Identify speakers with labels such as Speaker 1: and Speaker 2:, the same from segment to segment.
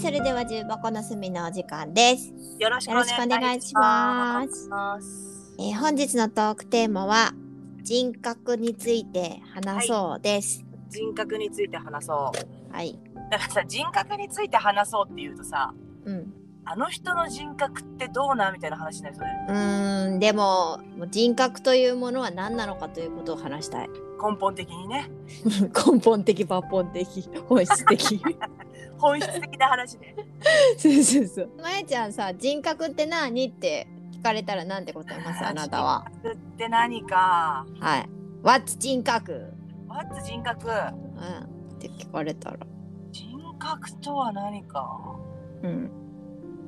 Speaker 1: それでは重箱の隅のお時間です。
Speaker 2: よろしく
Speaker 1: よ
Speaker 2: お
Speaker 1: ろしくお
Speaker 2: 願
Speaker 1: 願
Speaker 2: い
Speaker 1: い
Speaker 2: し
Speaker 1: し
Speaker 2: ま
Speaker 1: ます。
Speaker 2: す。
Speaker 1: えー本日のトークテーマは人格について話そうです。
Speaker 2: 人格について話そう。
Speaker 1: はい。
Speaker 2: だからさ、人格について話そうっていうとさ、
Speaker 1: うん。
Speaker 2: あの人の人格ってどうなんみたいな話になりそうだよね。
Speaker 1: うーん。でももう人格というものは何なのかということを話したい。
Speaker 2: 根本的にね、
Speaker 1: 根本的抜本的本質的。
Speaker 2: 本質的な話ね。
Speaker 1: そうそう そう。まやちゃんさ人格って何って聞かれたらなんて答えますあなたは。
Speaker 2: 人格って何か、
Speaker 1: はい。What's 人格？
Speaker 2: What's 人格
Speaker 1: うん。って聞かれたら。
Speaker 2: 人格とは何か。
Speaker 1: うん。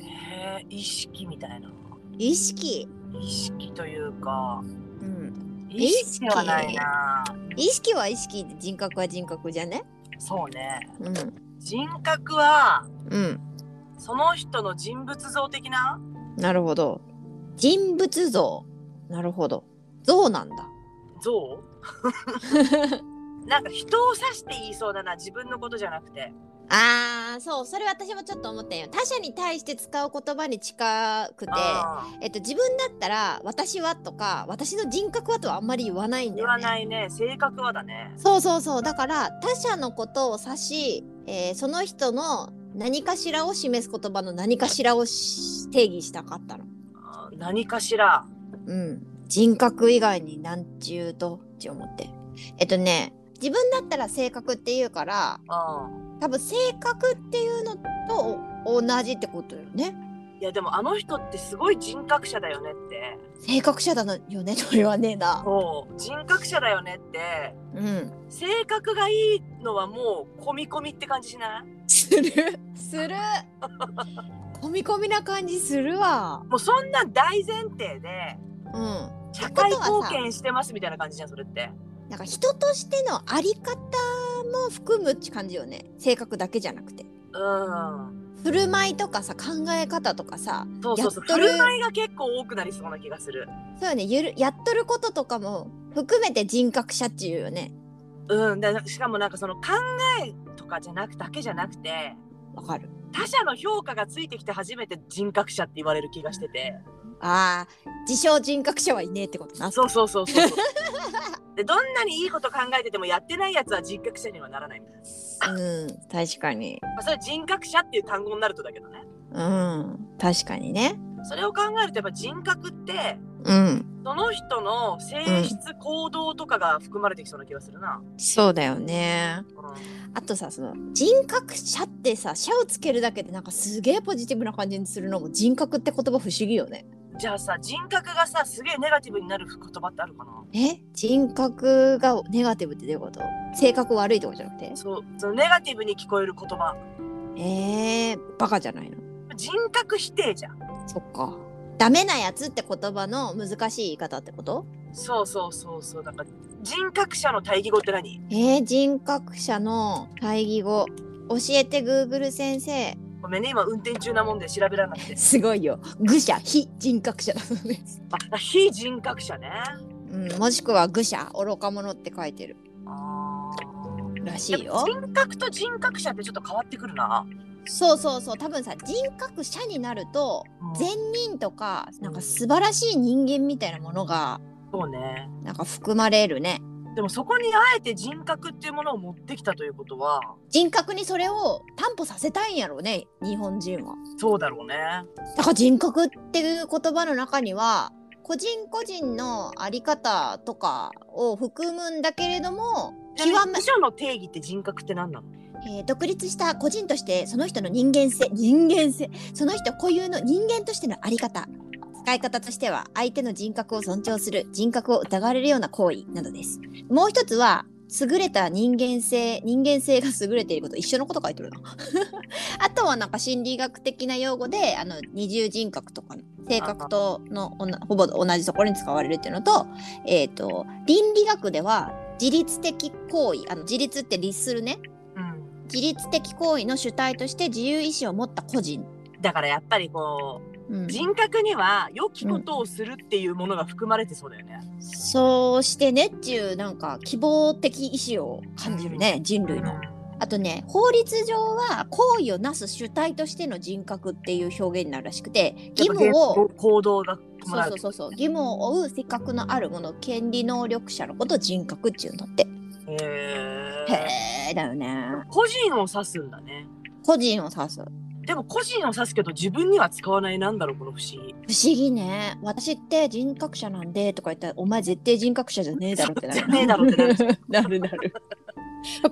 Speaker 2: えー、意識みたいな。
Speaker 1: 意識。
Speaker 2: 意識というか、
Speaker 1: うん。
Speaker 2: 意
Speaker 1: 意
Speaker 2: 識
Speaker 1: 識
Speaker 2: ではないな。
Speaker 1: 意識は意識で人格は人格じゃね。
Speaker 2: そうね。
Speaker 1: うん。
Speaker 2: 人格は、
Speaker 1: うん。
Speaker 2: その人の人物像的な
Speaker 1: なるほど。人物像。なるほど。像なんだ。
Speaker 2: 像なんか人を指して言いそうだな自分のことじゃなくて
Speaker 1: ああ、そう、それ私もちょっと思ったよ。他者に対して使う言葉に近くて、
Speaker 2: あー
Speaker 1: えっと、自分だったら、私はとか、私の人格はとはあんまり言わないんだ
Speaker 2: 言
Speaker 1: よ
Speaker 2: わ
Speaker 1: ね。
Speaker 2: ないね性格はだね
Speaker 1: そうそうそう、だから、他者のことを指し、えーその人の何かしらを示す言葉の何かしらをし定義したかったの。
Speaker 2: あー何かしら
Speaker 1: うん、人格以外になんちゅうとって思ってえっとね自分だったら性格っていうから
Speaker 2: う
Speaker 1: 多分性格っていうのとお同じってことよね
Speaker 2: んいやでもあの人ってすごい人格者だよねって
Speaker 1: 性格者だのよねそれはねえな
Speaker 2: そう人格者だよねって
Speaker 1: うん
Speaker 2: 性格がいいのはもう込み込みって感じしない
Speaker 1: するする込み込みな感じするわ
Speaker 2: もうそんな大前提で
Speaker 1: うん
Speaker 2: 社会
Speaker 1: ってことは
Speaker 2: 貢
Speaker 1: さ
Speaker 2: 献してますみたいな感じじゃんそれって
Speaker 1: なんか人としてのあり方も含むって感じよね性格だけじゃなくて
Speaker 2: うん
Speaker 1: 振る舞いとかさ考え方とかさ
Speaker 2: そうそうそう
Speaker 1: やっ
Speaker 2: 振
Speaker 1: とる
Speaker 2: る舞いが結構多くなりそうな気がする
Speaker 1: そうよねゆるやっとることとかも含めて人格者っちゅうよね
Speaker 2: うん、だしかもなんかその考えとかじゃなくだけじゃなくて
Speaker 1: わかる
Speaker 2: 他者の評価がついてきて初めて人格者って言われる気がしてて
Speaker 1: あー自称人格者はいねえってことな
Speaker 2: そうそうそうそう そうでどんなにいいこと考えててもやってないやつは人格者にはならないみたいな、
Speaker 1: うん確かに
Speaker 2: まあ、それは人格者っていう単語になるとだけどね
Speaker 1: うん確かにね
Speaker 2: それを考えるとやっぱ人格って
Speaker 1: うん
Speaker 2: その人の性質行動とかが含まれてきそうな気がするな、
Speaker 1: そうだよね
Speaker 2: う
Speaker 1: あとさその人格者ってさ者をつけるだけでなんかすげえポジティブな感じにするのも人格って言葉不思議よね
Speaker 2: んじゃあさ人格がさすげえネガティブになる言葉ってあるかな
Speaker 1: え人格がネガティブってどういうこと性格悪いとかじゃなくて
Speaker 2: そうそのネガティブに聞こえる言葉
Speaker 1: えー、バカじゃないの
Speaker 2: 人格否定じゃん
Speaker 1: そっか。ダメなやつって言葉の難しい言い方ってこと
Speaker 2: そうそうそうそうだから人格者の対義語って何
Speaker 1: えー、人格者の対義語。教えて Google 先生。
Speaker 2: ごめんね今運転中なもんで調べられなくて
Speaker 1: すごいよ。愚者、非人格者だそうです。
Speaker 2: あ非人格者ね
Speaker 1: うん、もしくは愚者、愚か者って書いてる
Speaker 2: あ
Speaker 1: らし
Speaker 2: ー
Speaker 1: いよ。
Speaker 2: 人格と人格者ってちょっと変わってくるな
Speaker 1: そうそうそう。多分さ、人格者になると、善人とか、なんか素晴らしい人間みたいなものが、
Speaker 2: そうね
Speaker 1: なんか含まれるね。
Speaker 2: でもそこにあえて人格っていうものを持ってきたということは
Speaker 1: 人格にそれを担保させたいんやろうね、日本人は。
Speaker 2: そうだろうね
Speaker 1: だから人格っていう言葉の中には個人個人のあり方とかを含むんだけれども
Speaker 2: ちな
Speaker 1: 極
Speaker 2: み
Speaker 1: め
Speaker 2: に、秘書の定義って人格って何なの
Speaker 1: えー独立した個人としてその人の人間性人間性その人固有の人間としてのあり方使い方としては相手の人格を尊重する人格を疑われるような行為などですもう一つは優れた人間性人間性が優れていること一緒のこと書いてるな あとはなんか心理学的な用語であの二重人格とかの性格とのおなほぼ同じところに使われるっていうのと,、えー、と倫理学では自律的行為あの自律って律するね
Speaker 2: うん
Speaker 1: 自律的行為の主体として自由意志を持った個人、
Speaker 2: だからやっぱりこ
Speaker 1: うん
Speaker 2: う人格には良きことをするっていうものが含まれてそうだよね、
Speaker 1: そうしてねっちゅうなんか希望的意志を感じるね、人類の。あとね法律上は行為をなす主体としての人格っていう表現になるらしくて義務を
Speaker 2: 行動が
Speaker 1: そう
Speaker 2: 伴
Speaker 1: そうそうそう義務を負う性格のあるもの権利能力者のことを人格っていうんだって
Speaker 2: へえ
Speaker 1: へえだよね
Speaker 2: 個人を指すんだね
Speaker 1: 個人を指す
Speaker 2: でも個人を指すけど自分には使わないなんだろうこの不思議
Speaker 1: 不思議ね私って人格者なんでとか言ったらお前絶対人格者じゃねえだろってな
Speaker 2: じゃ
Speaker 1: る
Speaker 2: ねえだろってなる
Speaker 1: なるなる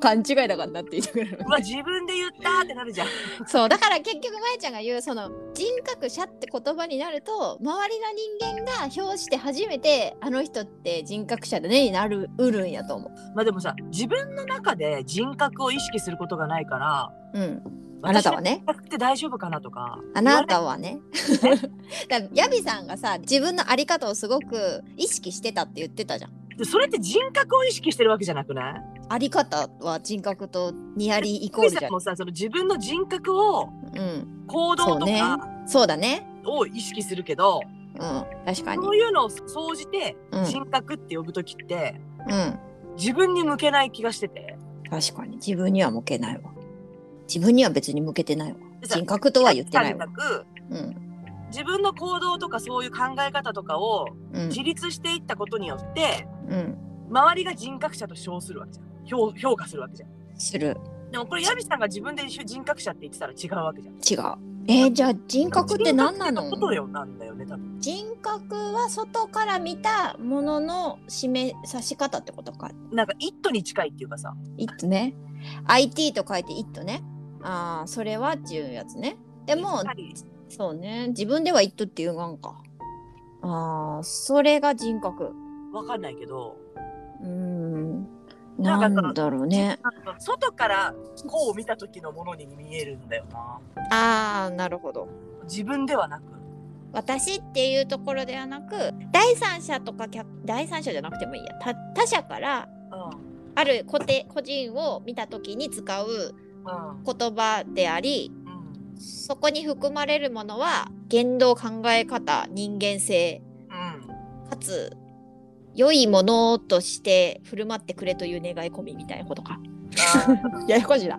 Speaker 1: 勘違いだからなって言ってくる
Speaker 2: うわ自分で言ったってなるじ ゃん
Speaker 1: そうだから結局まやちゃんが言うその人格者って言葉になると周りの人間が表して初めてあの人って人格者だねになるうるんやと思
Speaker 2: まあでもさ自分の中で人格を意識することがないから
Speaker 1: う。うん、あなたは
Speaker 2: ね
Speaker 1: ね
Speaker 2: 人格って大丈夫かなとか
Speaker 1: あなたはね。 だからヤビさんがさ自分のあり方をすごく意識してたって言ってたじゃん。
Speaker 2: でそれって人格を意識してるわけじゃなくない
Speaker 1: あり方は人格とニアリーイコー
Speaker 2: ク
Speaker 1: ルじ
Speaker 2: リス
Speaker 1: ゃ
Speaker 2: さん
Speaker 1: ん。
Speaker 2: もさその自分の人格を
Speaker 1: うん、
Speaker 2: 行動と
Speaker 1: そうね
Speaker 2: か
Speaker 1: そうだね。
Speaker 2: を意識するけど
Speaker 1: うん、確か
Speaker 2: そう,、
Speaker 1: に。
Speaker 2: いうのを総じて
Speaker 1: うん
Speaker 2: 人格って呼ぶ時って、
Speaker 1: うん、
Speaker 2: 自分に向けない気がしてて
Speaker 1: 確かに自分には向けないわ。自分には別に向けてないわ。
Speaker 2: でさ
Speaker 1: 人格とは言ってない
Speaker 2: と
Speaker 1: わ
Speaker 2: に。かく
Speaker 1: うん、
Speaker 2: 自分の行動とかそういう考え方とかを
Speaker 1: うん、
Speaker 2: 自立していったことによって、
Speaker 1: うん。
Speaker 2: 周りが人格者と称するわけじゃん評評価するわけじゃん
Speaker 1: する
Speaker 2: でもこれヤビさんが自分で一緒人格者って言ってたら違うわけじゃん。
Speaker 1: 違うえー、じゃあ人格って何なの
Speaker 2: 人格ってことよなんだよね多分。
Speaker 1: 人格は外から見たものの示さし方ってことか
Speaker 2: なんか「イット!」に近いっていうかさ
Speaker 1: IT ね IT と書いて IT ねああそれはっていうやつねでも
Speaker 2: やっぱり
Speaker 1: そうね自分では IT っていうがんかああそれが人格
Speaker 2: わかんないけど、
Speaker 1: うーん
Speaker 2: なん
Speaker 1: な
Speaker 2: か
Speaker 1: んだろうね
Speaker 2: なんか外からこう見た時のものに見えるんだよな
Speaker 1: ああなるほど
Speaker 2: 自分ではなく
Speaker 1: 私っていうところではなく第三者とか客第三者じゃなくてもいいや他他者から
Speaker 2: うん
Speaker 1: ある個て個人を見た時に使う
Speaker 2: うん
Speaker 1: 言葉であり
Speaker 2: うん
Speaker 1: そこに含まれるものは言動考え方人間性
Speaker 2: うん
Speaker 1: かつ良いものとして振る舞ってくれという願い込みみたいなことか。
Speaker 2: あ
Speaker 1: ややこしいな。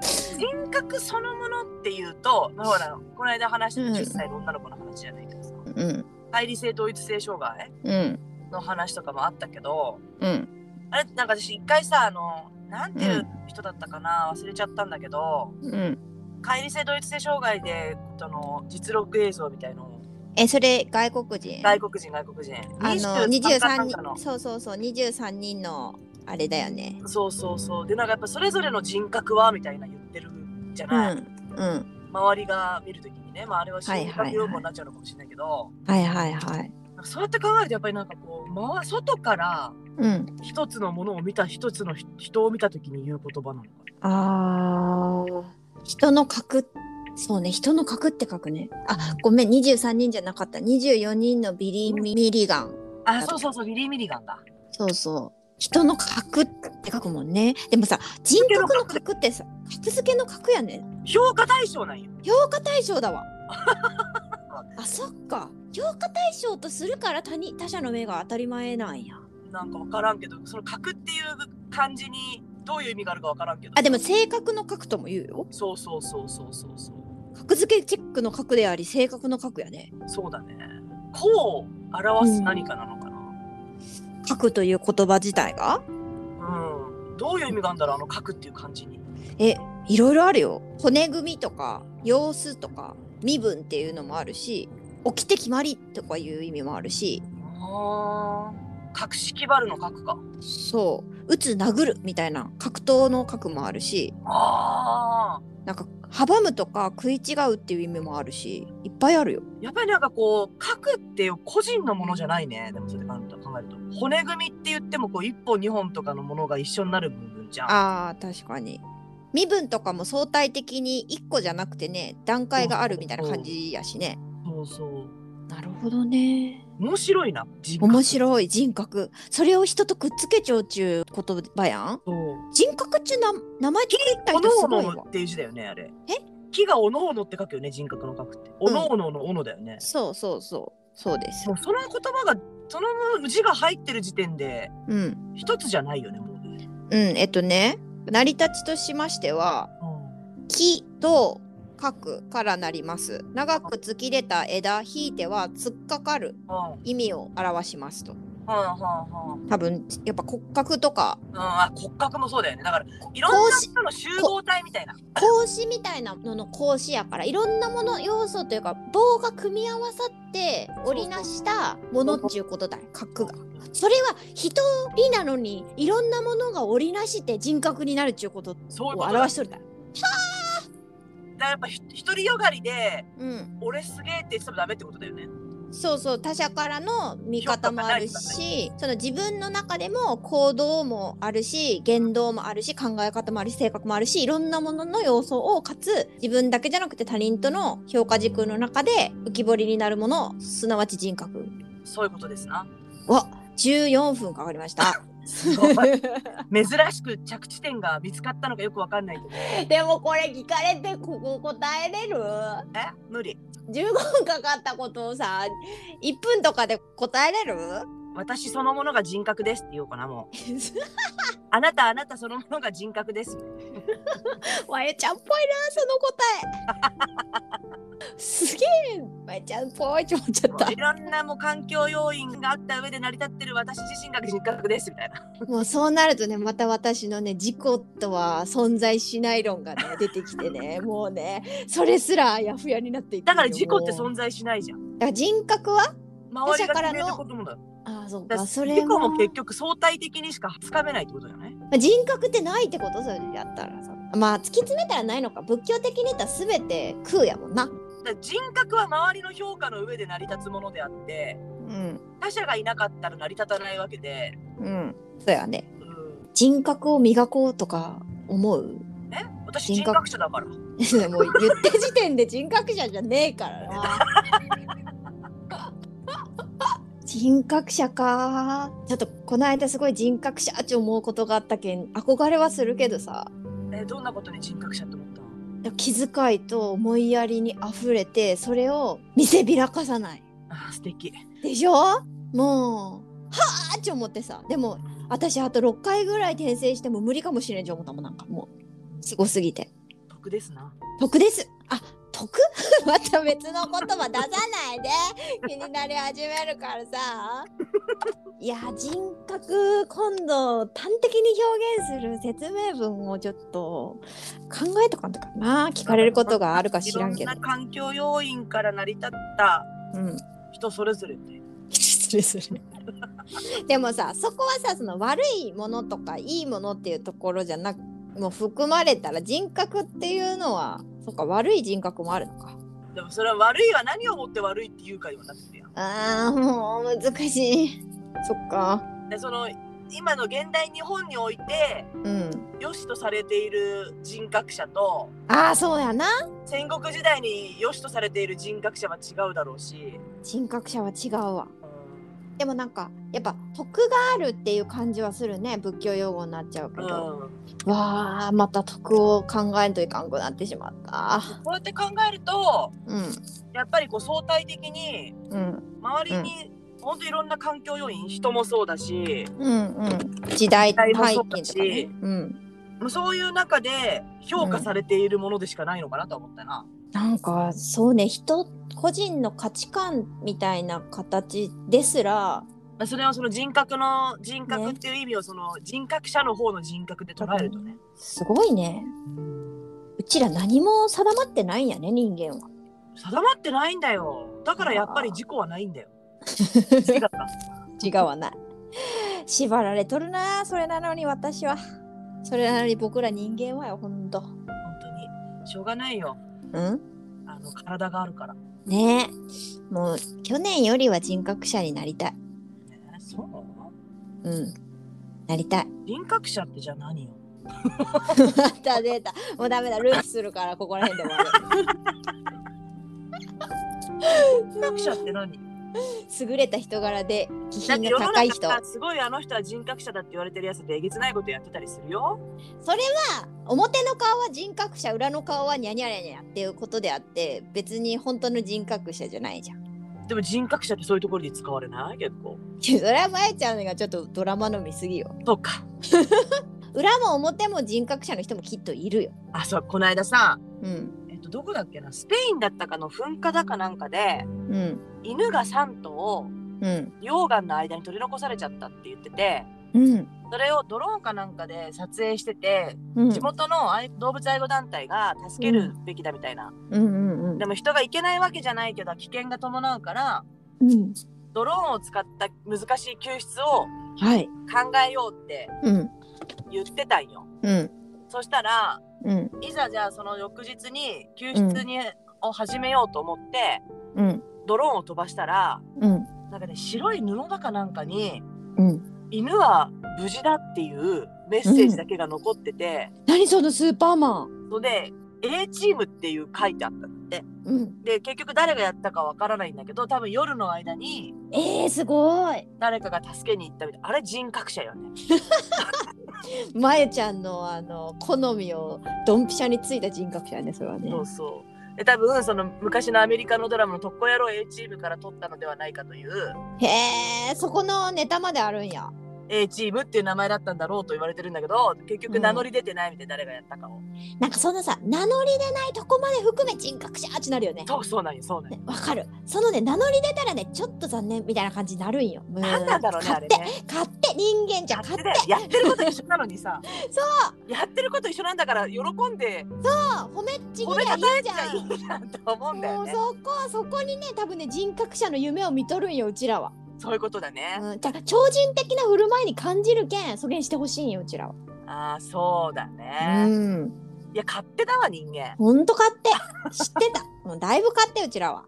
Speaker 2: ー人格そのものっていうとまあほらこの間話した10歳の女の子の話じゃないけどさ
Speaker 1: うん
Speaker 2: 対立性同一性障害
Speaker 1: うん
Speaker 2: の話とかもあったけど
Speaker 1: うん
Speaker 2: あれなんか私一回さあのなんていう人だったかな、忘れちゃったんだけど
Speaker 1: うん。
Speaker 2: 乖離性同一性障害でその実録映像みたいのを
Speaker 1: えそれ外国人
Speaker 2: 外国人外国人
Speaker 1: あの
Speaker 2: 23か
Speaker 1: 23
Speaker 2: なんかの
Speaker 1: 人そうそうそう23人のあれだよね。
Speaker 2: そうそうそうでなんかやっぱそれぞれの人格はみたいな言ってるじゃ
Speaker 1: うん
Speaker 2: ない、
Speaker 1: うん
Speaker 2: 周りが見るときにね、まあ、あれは
Speaker 1: はいはい
Speaker 2: 心理学用語になっちゃうのかもしれないけど、
Speaker 1: はいはいはい。
Speaker 2: なんかそうやって考えるとやっぱりなんかこう、ま、外から
Speaker 1: うん
Speaker 2: 一つのものを見た一つのひ人を見たときに言う言葉なのか
Speaker 1: あー人の格そうね人の格って書くねあごめん23人じゃなかった24人のビリー・ミリガン
Speaker 2: あそうそうそうミリー・ミリガンだ
Speaker 1: そうそう人の格って書くもんねでもさ人格の格ってさ格付けの格やね
Speaker 2: 評価対象なんよ
Speaker 1: 評価対象だわ あそっか評価対象とするから他に他者の目が当たり前なんや
Speaker 2: なんか分からんけどその格っていう漢字にどういう意味があるか分からんけど
Speaker 1: あでも性格の格とも言うよ
Speaker 2: そうそうそうそうそうそう
Speaker 1: 格付けチェックの格であり性格の格やね
Speaker 2: そうだねこう表す何かなのかな
Speaker 1: 格という言葉自体が
Speaker 2: うん、どういう意味があるんだろうあの格っていう漢字に
Speaker 1: えいろいろあるよ骨組みとか様子とか身分っていうのもあるし起きて決まりとかいう意味もあるし
Speaker 2: あー格式バルの格か
Speaker 1: そう打つ殴るみたいな格闘の格もあるし
Speaker 2: あ
Speaker 1: なんか阻むとか食い違うっていう意味もあるしいっぱいあるよ
Speaker 2: ーやっぱりなんかこう格っていう個人のものじゃないねでもそれ考えると骨組みって言ってもこう1本2本とかのものが一緒になる部分じゃん
Speaker 1: あー確かに身分とかも相対的に1個じゃなくてね段階があるみたいな感じやしね
Speaker 2: そうそう
Speaker 1: なるほどね
Speaker 2: 面白いな人格
Speaker 1: 面白い人格それを人とくっつけちゃうっちゅう言葉やん
Speaker 2: そう
Speaker 1: 人格中な名前作った
Speaker 2: お
Speaker 1: 人
Speaker 2: の
Speaker 1: す
Speaker 2: お
Speaker 1: ごい
Speaker 2: の
Speaker 1: わ
Speaker 2: っ。ていう字だよねあれ
Speaker 1: え
Speaker 2: 木がおのおのって書くよね人格の書くっておのおののおのだよね、
Speaker 1: そうそうそう。そうです
Speaker 2: も。うその言葉がその字が入ってる時点で
Speaker 1: うん。
Speaker 2: 一つじゃないよねもう
Speaker 1: うん、えっとね、成り立ちとしましては、
Speaker 2: うん
Speaker 1: 木と書くからなります。長く突き出た枝、ひいては突っかかる
Speaker 2: うん
Speaker 1: 意味を表しますと。
Speaker 2: はんはんはん。うん
Speaker 1: 多分、やっぱ骨格とか、
Speaker 2: あ骨格もそうだよね。だからいろん
Speaker 1: 格
Speaker 2: な人の集合体みたいな。
Speaker 1: 格子みたいなのの格子やから、いろんなもの、要素というか、棒が組み合わさって織りなしたものっていうことだよ、格が。それは一人なのに、いろんなものが織りなして人格になるっていうことを
Speaker 2: そういうことだ。だ
Speaker 1: 表
Speaker 2: か
Speaker 1: しとるだ。
Speaker 2: らやっぱひ一人よがりで
Speaker 1: うん。
Speaker 2: 俺すげえって言ってもダメってことだよね。
Speaker 1: そうそう他者からの見方もある
Speaker 2: 評価が
Speaker 1: しその自分の中でも行動もあるし言動もあるし考え方もあるし性格もあるしいろんなものの要素をかつ自分だけじゃなくて他人との評価軸の中で浮き彫りになるものすなわち人格
Speaker 2: そういうこ とですな。
Speaker 1: わ14分かかりました
Speaker 2: そう珍しく着地点が見つかったのかよくわかんないけど。
Speaker 1: でもこれ聞かれてここ答えれる
Speaker 2: え無理。
Speaker 1: 15分かかったことをさ1分とかで答えれる
Speaker 2: 私そのものが人格ですって言おうかなもう。あなたあなたそのものが人格です。
Speaker 1: わやちゃんっぽいなその答えすげえわやちゃんっぽいって思っちゃった
Speaker 2: いろんなもう環境要因があった上で成り立ってる私自身が人格ですみたいな。
Speaker 1: もうそうなるとねまた私のね自己とは存在しない論がね出てきて ねもうねそれすらあやふやになっていく
Speaker 2: だから自己って
Speaker 1: ん
Speaker 2: 存在しないじゃん。
Speaker 1: だから人格は
Speaker 2: 周りが決めたこともだよ。
Speaker 1: ああそうか
Speaker 2: だか
Speaker 1: らそ
Speaker 2: 自
Speaker 1: れ
Speaker 2: 己
Speaker 1: も
Speaker 2: も結局相対的にしかつかめないってことだよね。
Speaker 1: まあ人格ってないってことそれやったらさまあ突き詰めたらないのか仏教的に言ったら全て空やもんな
Speaker 2: だから人格は周りの評価の上で成り立つものであって、
Speaker 1: うん
Speaker 2: 他者がいなかったら成り立たないわけで、
Speaker 1: うんそうやね
Speaker 2: うん、
Speaker 1: 人格を磨こうとか思う
Speaker 2: ね、私
Speaker 1: 人
Speaker 2: 人
Speaker 1: 格
Speaker 2: 格者だか ら。
Speaker 1: もう言った時点で人格者じゃねえからな。人格者かちょっとこの間すごい人格者って思うことがあったけん憧れはするけどさ
Speaker 2: えどんなことに人格者って思ったの
Speaker 1: 気遣いと思いやりにあふれてそれを見せびらかさない
Speaker 2: あー素敵。
Speaker 1: でしょもうはあって思ってさでも私あと6回ぐらい転生しても無理かもしれんって思ったもんなんかもうすごすぎて。
Speaker 2: 得ですな。
Speaker 1: 得です。あ、得 また別の言葉出さないで。気になり始めるからさ。いや、人格、今度、端的に表現する説明文をちょっと考えとかんとかな。聞かれることがあるか知らんけど
Speaker 2: いろ。んな環境要因から成り立った
Speaker 1: うん。
Speaker 2: 人それぞれみたいな。
Speaker 1: 失礼する。 でもさ、そこはさ、その悪いものとかいいものっていうところじゃなく、もう含まれたら人格っていうのは、そっか、悪い人格もあるのか。
Speaker 2: でもそれは悪いは何をもって悪いって言うかにもなってるやん。
Speaker 1: あーもう難しいそっか
Speaker 2: でその今の現代日本において
Speaker 1: うん
Speaker 2: 良しとされている人格者と
Speaker 1: ああそうやな
Speaker 2: 戦国時代に良しとされている人格者は違うだろうし、
Speaker 1: 人格者は違うわ
Speaker 2: う
Speaker 1: でもなんかやっぱ徳があるっていう感じはするね仏教用語になっちゃうけ
Speaker 2: ん
Speaker 1: ど、わあまた徳を考えんといかんくなってしまった
Speaker 2: こうやって考えると
Speaker 1: うん
Speaker 2: やっぱりこう相対的に
Speaker 1: うん
Speaker 2: 周りに、ほんといろんな環境要因人もそうだし
Speaker 1: うんうん時代背
Speaker 2: 代も
Speaker 1: 景
Speaker 2: そ
Speaker 1: と
Speaker 2: う
Speaker 1: か、
Speaker 2: だし
Speaker 1: ね、うん
Speaker 2: そういう中で評価されているものでしかないのかなと思ったな。
Speaker 1: なんかそうね人個人の価値観みたいな形ですら
Speaker 2: まあそれはその人格の人格
Speaker 1: ね
Speaker 2: っていう意味をその人格者の方の人格で捉えるとね。
Speaker 1: すごいねうちら何も定まってないんやね人間は。
Speaker 2: 定まってないんだよだからやっぱり事故はないん だよ違うか
Speaker 1: 違わない。縛られとるなあそれなのに私は。それなのに僕ら人間はよ、ほんと。
Speaker 2: 本当にしょうがないよ
Speaker 1: うん
Speaker 2: あの体があるから、ね、
Speaker 1: ねえ。もう、去年よりは人格者になりたい。
Speaker 2: そう
Speaker 1: うん。なりたい。
Speaker 2: 人格者ってじゃあ何よ
Speaker 1: また出た。もうダメだ。ループするから、ここら辺で終
Speaker 2: 人格者って何
Speaker 1: わる。優れた人柄で、気
Speaker 2: だ
Speaker 1: 品
Speaker 2: っ
Speaker 1: が
Speaker 2: て世の
Speaker 1: 高い
Speaker 2: 中
Speaker 1: 人。
Speaker 2: さすごいあの人は人格者だって言われてるやつでえげつないことやってたりするよ
Speaker 1: それは、表の顔は人格者、裏の顔はニャニャニャニャっていうことであって、別に本当の人格者じゃないじゃん。
Speaker 2: でも人格者ってそういうところで使われない結構
Speaker 1: いやそれはまえちゃんがちょっとドラマ飲みすぎよ。
Speaker 2: そうか
Speaker 1: 裏も表も人格者の人もきっといるよ。
Speaker 2: あそうこの間さ
Speaker 1: うん。
Speaker 2: えっとどこだっけなスペインだったかの噴火だかなんかで
Speaker 1: うん。
Speaker 2: 犬が3頭
Speaker 1: うん。
Speaker 2: 溶岩の間に取り残されちゃったって言ってて
Speaker 1: うん。
Speaker 2: それをドローンかなんかで撮影してて
Speaker 1: うん。
Speaker 2: 地元の愛動物愛護団体が助けるべきだみたいな、
Speaker 1: うんうんうん
Speaker 2: でも人が行けないわけじゃないけど危険が伴うから
Speaker 1: うん。
Speaker 2: ドローンを使った難しい救出を
Speaker 1: はい。
Speaker 2: 考えようって
Speaker 1: うん。
Speaker 2: 言ってたんよ
Speaker 1: うん。
Speaker 2: そしたら
Speaker 1: うん。
Speaker 2: いざじゃあその翌日に救出に、を始めようと思って
Speaker 1: うん。
Speaker 2: ドローンを飛ばしたら
Speaker 1: うん。
Speaker 2: なんかね白い布だかなんかに
Speaker 1: うん。
Speaker 2: 犬は無事だっていうメッセージだけが残ってて、
Speaker 1: 何そのスーパーマン。
Speaker 2: ので A チームっていう書いてあったんだって
Speaker 1: うん。
Speaker 2: で結局誰がやったかわからないんだけど多分夜の間に
Speaker 1: えー、すごい。
Speaker 2: 誰かが助けに行ったみたいあれ人格者よね
Speaker 1: まえちゃんのあの好みをドンピシャについた人格者やねそれはね。
Speaker 2: そうそうで多分その昔のアメリカのドラマの「特攻野郎 A チーム」から取ったのではないかという
Speaker 1: へえそこのネタまであるんや。
Speaker 2: A チームっていう名前だったんだろうと言われてるんだけど結局名乗り出てないみたいな誰がやったかを、
Speaker 1: なんかそんなさ名乗り出ないとこまで含め人格者ってなるよね。
Speaker 2: そうそうなんよそうなんよ
Speaker 1: ねわかる。そのね名乗り出たらねちょっと残念みたいな感じになるんよ。う
Speaker 2: 何なんだろうね
Speaker 1: 勝
Speaker 2: あれ
Speaker 1: 手
Speaker 2: ね
Speaker 1: 勝手人間じゃん勝
Speaker 2: 勝手
Speaker 1: 手
Speaker 2: だよやってること一緒なのにさ
Speaker 1: そう
Speaker 2: やってること一緒なんだから喜んで
Speaker 1: 褒めちぎり
Speaker 2: 褒
Speaker 1: ゃい
Speaker 2: め
Speaker 1: い
Speaker 2: たたえち
Speaker 1: じ
Speaker 2: ゃ
Speaker 1: ゃ
Speaker 2: いいなと思うんだ
Speaker 1: ん。も
Speaker 2: よ
Speaker 1: う
Speaker 2: ね
Speaker 1: そこそこにね多分ね人格者の夢を見とるんようちらは。
Speaker 2: そういうことだね、
Speaker 1: うん、じゃあ超人的な振る舞いに感じるけんそげんしてほしいんようちらは。
Speaker 2: ああそうだね、
Speaker 1: ん。
Speaker 2: いや勝手だわ人間
Speaker 1: ほんと勝手知ってた。もうだいぶ勝手うちらは。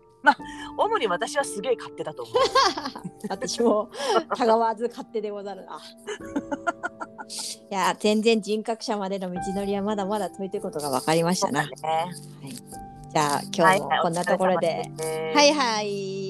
Speaker 2: 主に私はすげえ勝手だと思う
Speaker 1: 私もたがわず勝手でござる な。いや全然人格者までの道のりはまだまだ遠いということが分かりまし
Speaker 2: そ
Speaker 1: た
Speaker 2: うだ
Speaker 1: な。
Speaker 2: ね
Speaker 1: じゃあ今日もこんなところで。
Speaker 2: はい
Speaker 1: は
Speaker 2: はい
Speaker 1: いはい。